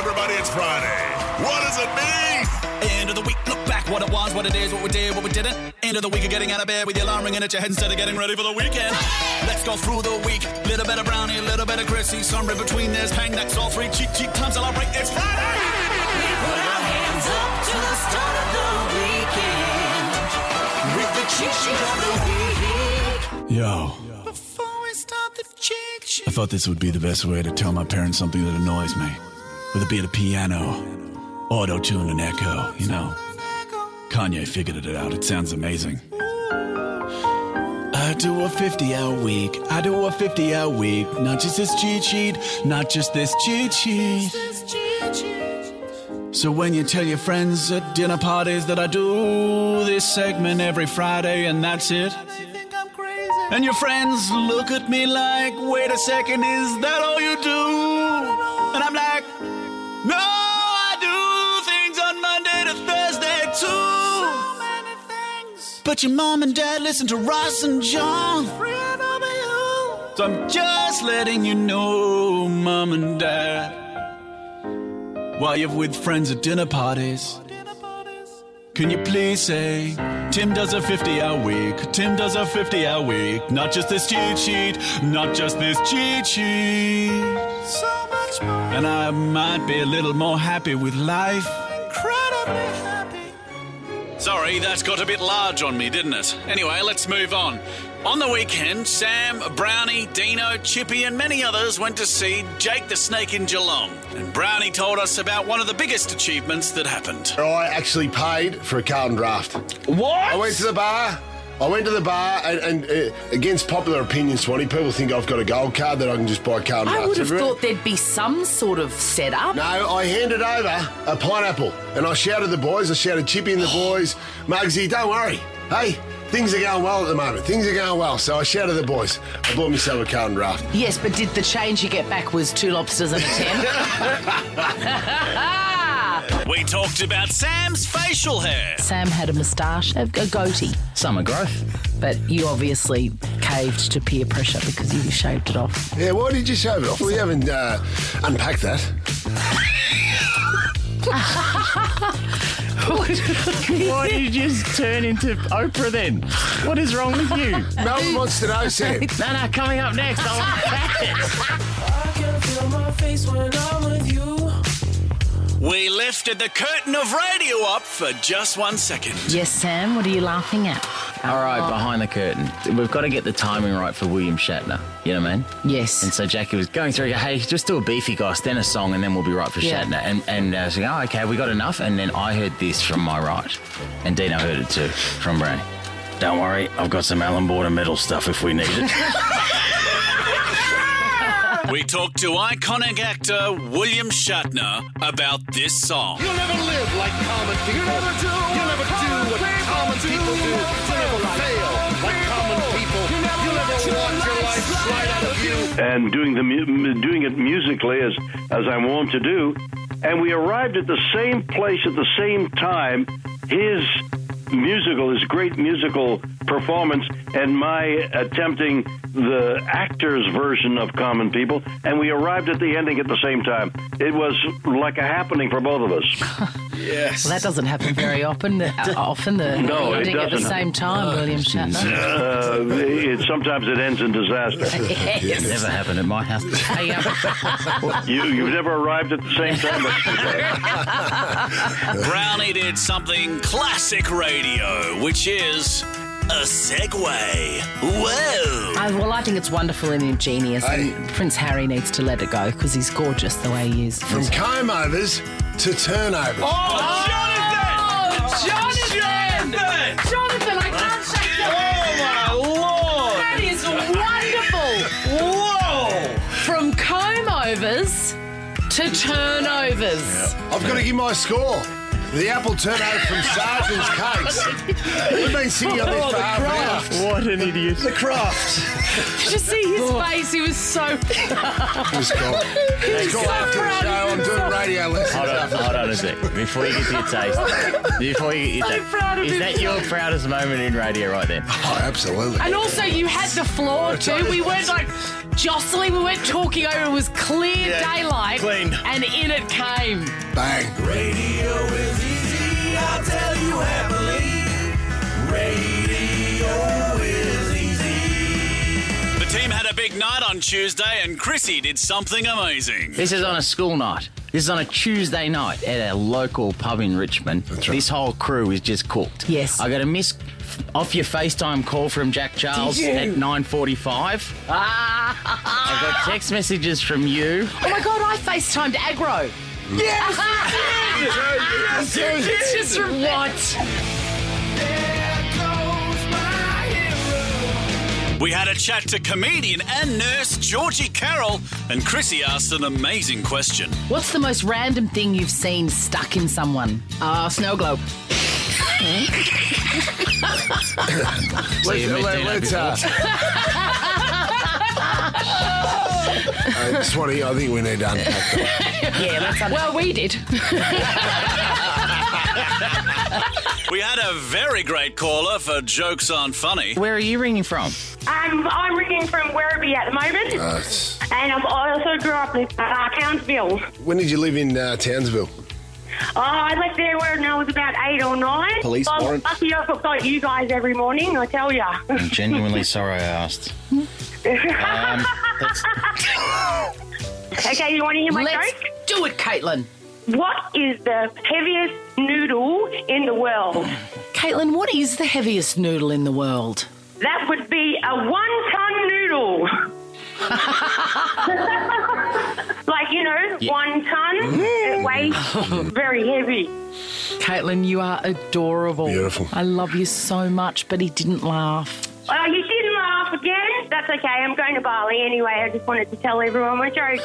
everybody. It's Friday. What does it mean? End of the week, look back what it was, what it is, what we did, what we didn't. End of the week of getting out of bed with your alarm ringing at your head instead of getting ready for the weekend. Let's go through the week. Little bit of brownie, little bit of Chrissy, somewhere between there's hang that's all free. Cheap, cheap time celebrate. It's Friday. We put our hands up to the start of the weekend with the cheat sheet of the week. Yo, Before we start the cheat sheet. I thought this would be the best way to tell my parents something that annoys me. With a bit of piano, auto tune, and echo, you know. Kanye figured it out. It sounds amazing. I do a 50 hour week. I do a 50 hour week. Not just this cheat sheet. Not just this cheat sheet. So when you tell your friends at dinner parties that I do this segment every Friday and that's it. And your friends look at me like, wait a second, is that all you do? And I'm like, no, I do things on Monday to Thursday too. But your mom and dad listen to Ross and John. So I'm just letting you know, mom and dad, while you're with friends at dinner parties. Can you please say, Tim does a 50 hour week? Tim does a 50 hour week. Not just this cheat sheet, not just this cheat sheet. So much more. And I might be a little more happy with life. Incredibly happy. Sorry, that's got a bit large on me, didn't it? Anyway, let's move on. On the weekend, Sam, Brownie, Dino, Chippy, and many others went to see Jake the Snake in Geelong. And Brownie told us about one of the biggest achievements that happened. I actually paid for a Carlton draft. I went to the bar. I went to the bar, and, and uh, against popular opinion, Swanee, people think I've got a gold card that I can just buy Carlton I drafts would have everywhere. thought there'd be some sort of setup. No, I handed over a pineapple and I shouted the boys, I shouted Chippy and the boys, Mugsy, don't worry. Hey, things are going well at the moment. Things are going well. So I shouted the boys. I bought myself a carton draft. Yes, but did the change you get back was two lobsters and a ten? We talked about Sam's facial hair. Sam had a moustache, a, a goatee, Summer growth. but you obviously caved to peer pressure because you shaved it off. Yeah, why did you shave it off? We haven't uh, unpacked that. Why do you just turn into Oprah then? What is wrong with you? Melbourne wants to know, Sam. No, no, coming up next, I want facts. I can feel my face when I'm with you. We lifted the curtain of radio up for just one second. Yes, Sam, what are you laughing at? All right, behind the curtain. We've got to get the timing right for William Shatner. You know what I mean? And Yes. so Jackie was going through, hey, just do a beefy goss, then a song, and then we'll be right for Yeah. Shatner. And, and I was like, oh, okay, we got enough. And then I heard this from my right. And Dino heard it too from Brownie. Don't worry, I've got some Alan Border metal stuff if we need it. We talked to iconic actor William Shatner about this song. You'll never live like common people. You never do. You'll never do what common people do. You'll never fail like common people. You'll never watch your life slide out of you. and doing the mu- mu- doing it musically as as I'm wont to do, and we arrived at the same place at the same time. His musical, his great musical performance, and my attempting the actor's version of Common People, and we arrived at the ending at the same time. It was like a happening for both of us. Well, that doesn't happen very often. uh, often the No, it ending at the doesn't. Oh, same time, William Shatner. Uh, it, sometimes it ends in disaster. It never happened at my house. Hey, um, You, you've never arrived at the same time. Brownie did something classic radio, which is a segue. Whoa! I, well, I think it's wonderful and ingenious. And Prince Harry needs to let it go because he's gorgeous the way he is. From comb overs to turnovers. Oh. Oh, Oh, Jonathan! Jonathan! Jonathan, I can't shake your Oh my lord! That is wonderful. Whoa! From comb overs to turnovers. I've got to give my score. The apple turnover from Sergeant's Cakes. We've been sitting on Oh, this for half an hour. What an idiot. The craft. Did you see his face? He was so. It's cool. It's cool so after the proud show. of I'm doing radio lessons Hold on, after hold on a sec. Before you get to your taste, before you get to So your proud of taste, is that your himself. oh. proudest moment in radio right there? Oh, absolutely. And also, you had the floor too. We weren't like, jostling. We weren't talking over. It was clear Yeah, daylight. clean. And in it came. Bang. Radio is easy, I'll tell you happily. Radio is easy. The team had a big night on Tuesday, and Chrissy did something amazing. This is on a school night. This is on a Tuesday night at a local pub in Richmond. This whole crew is just cooked. Yes. I got a miss off your FaceTime call from Jack Charles you? at 9.45. I got text messages from you. Ah. Oh my god, I FaceTimed aggro. Yes! it's just what? We had a chat to comedian and nurse Georgie Carroll, and Chrissy asked an amazing question. What's the most random thing you've seen stuck in someone? Ah, snow globe. So you met Dino Let's, uh, uh, Swanee, I think we need to unpack that. Yeah, that's Well, we did. We had a very great caller for Jokes Aren't Funny. Where are you ringing from? Um, I'm ringing from Werribee at the moment, Uh, it's- and I'm, I also grew up in uh, Townsville. when did you live in uh, Townsville? Oh, I left there when I was about eight or nine. Police I'm warrant. Lucky I've got you guys every morning, I tell ya. I'm genuinely sorry I asked. Um, that's- okay, you want to hear my Let's joke? do it, Caitlin. What is the heaviest noodle in the world? Caitlin, what is the heaviest noodle in the world? That would be a one-ton noodle. like you know, Yeah. one ton. It weighs very heavy. Caitlin, you are adorable. Beautiful. I love you so much, but he didn't laugh. Oh, you didn't laugh again? That's okay. I'm going to Bali anyway. I just wanted to tell everyone my joke.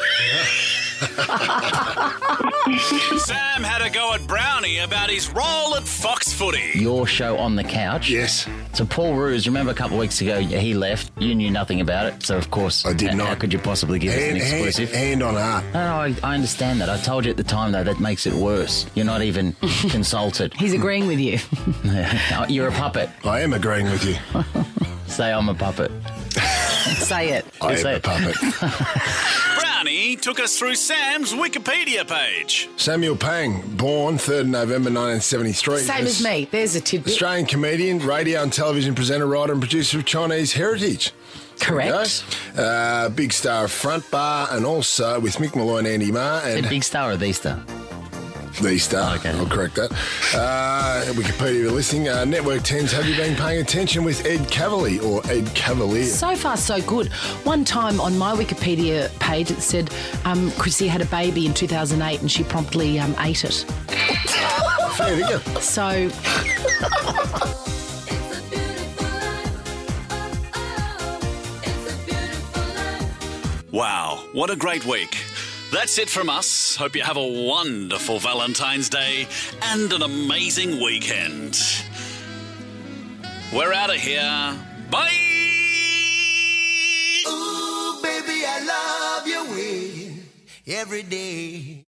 Sam had a go at Brownie about his role at Fox Footy. your show on the couch. Yes. So Paul Ruse, remember a couple of weeks ago he left. You knew nothing about it, so of course I did h- not. How could you possibly give us an Hand, hand, exclusive? hand on heart. No, no, I, I understand that. I told you at the time though that makes it worse. You're not even consulted. He's agreeing with you. You're a puppet. I am agreeing with you. Say I'm a puppet. Say it. I Yes, am a I- puppet. Brownie took us through Sam's Wikipedia page. Samuel Pang, born 3rd November 1973. Same as me. There's a tidbit. Australian comedian, radio and television presenter, writer, and producer of Chinese heritage. Correct. Yes. Uh, big star of Front Bar and also with Mick Malloy and Andy Marr A and big star or the star? the Oh, star. Okay. I'll correct that. Uh, Wikipedia, you're listening. Uh, Network 10's Have You Been Paying Attention with Ed Cavalier or Ed Cavalier? So far, so good. One time on my Wikipedia page, it said um, Chrissy had a baby in 2008 and she promptly um, ate it. Fair dinkum. So Wow, what a great week. That's it from us. Hope you have a wonderful Valentine's Day and an amazing weekend. We're out of here. Bye! Ooh, baby, I love your way every day.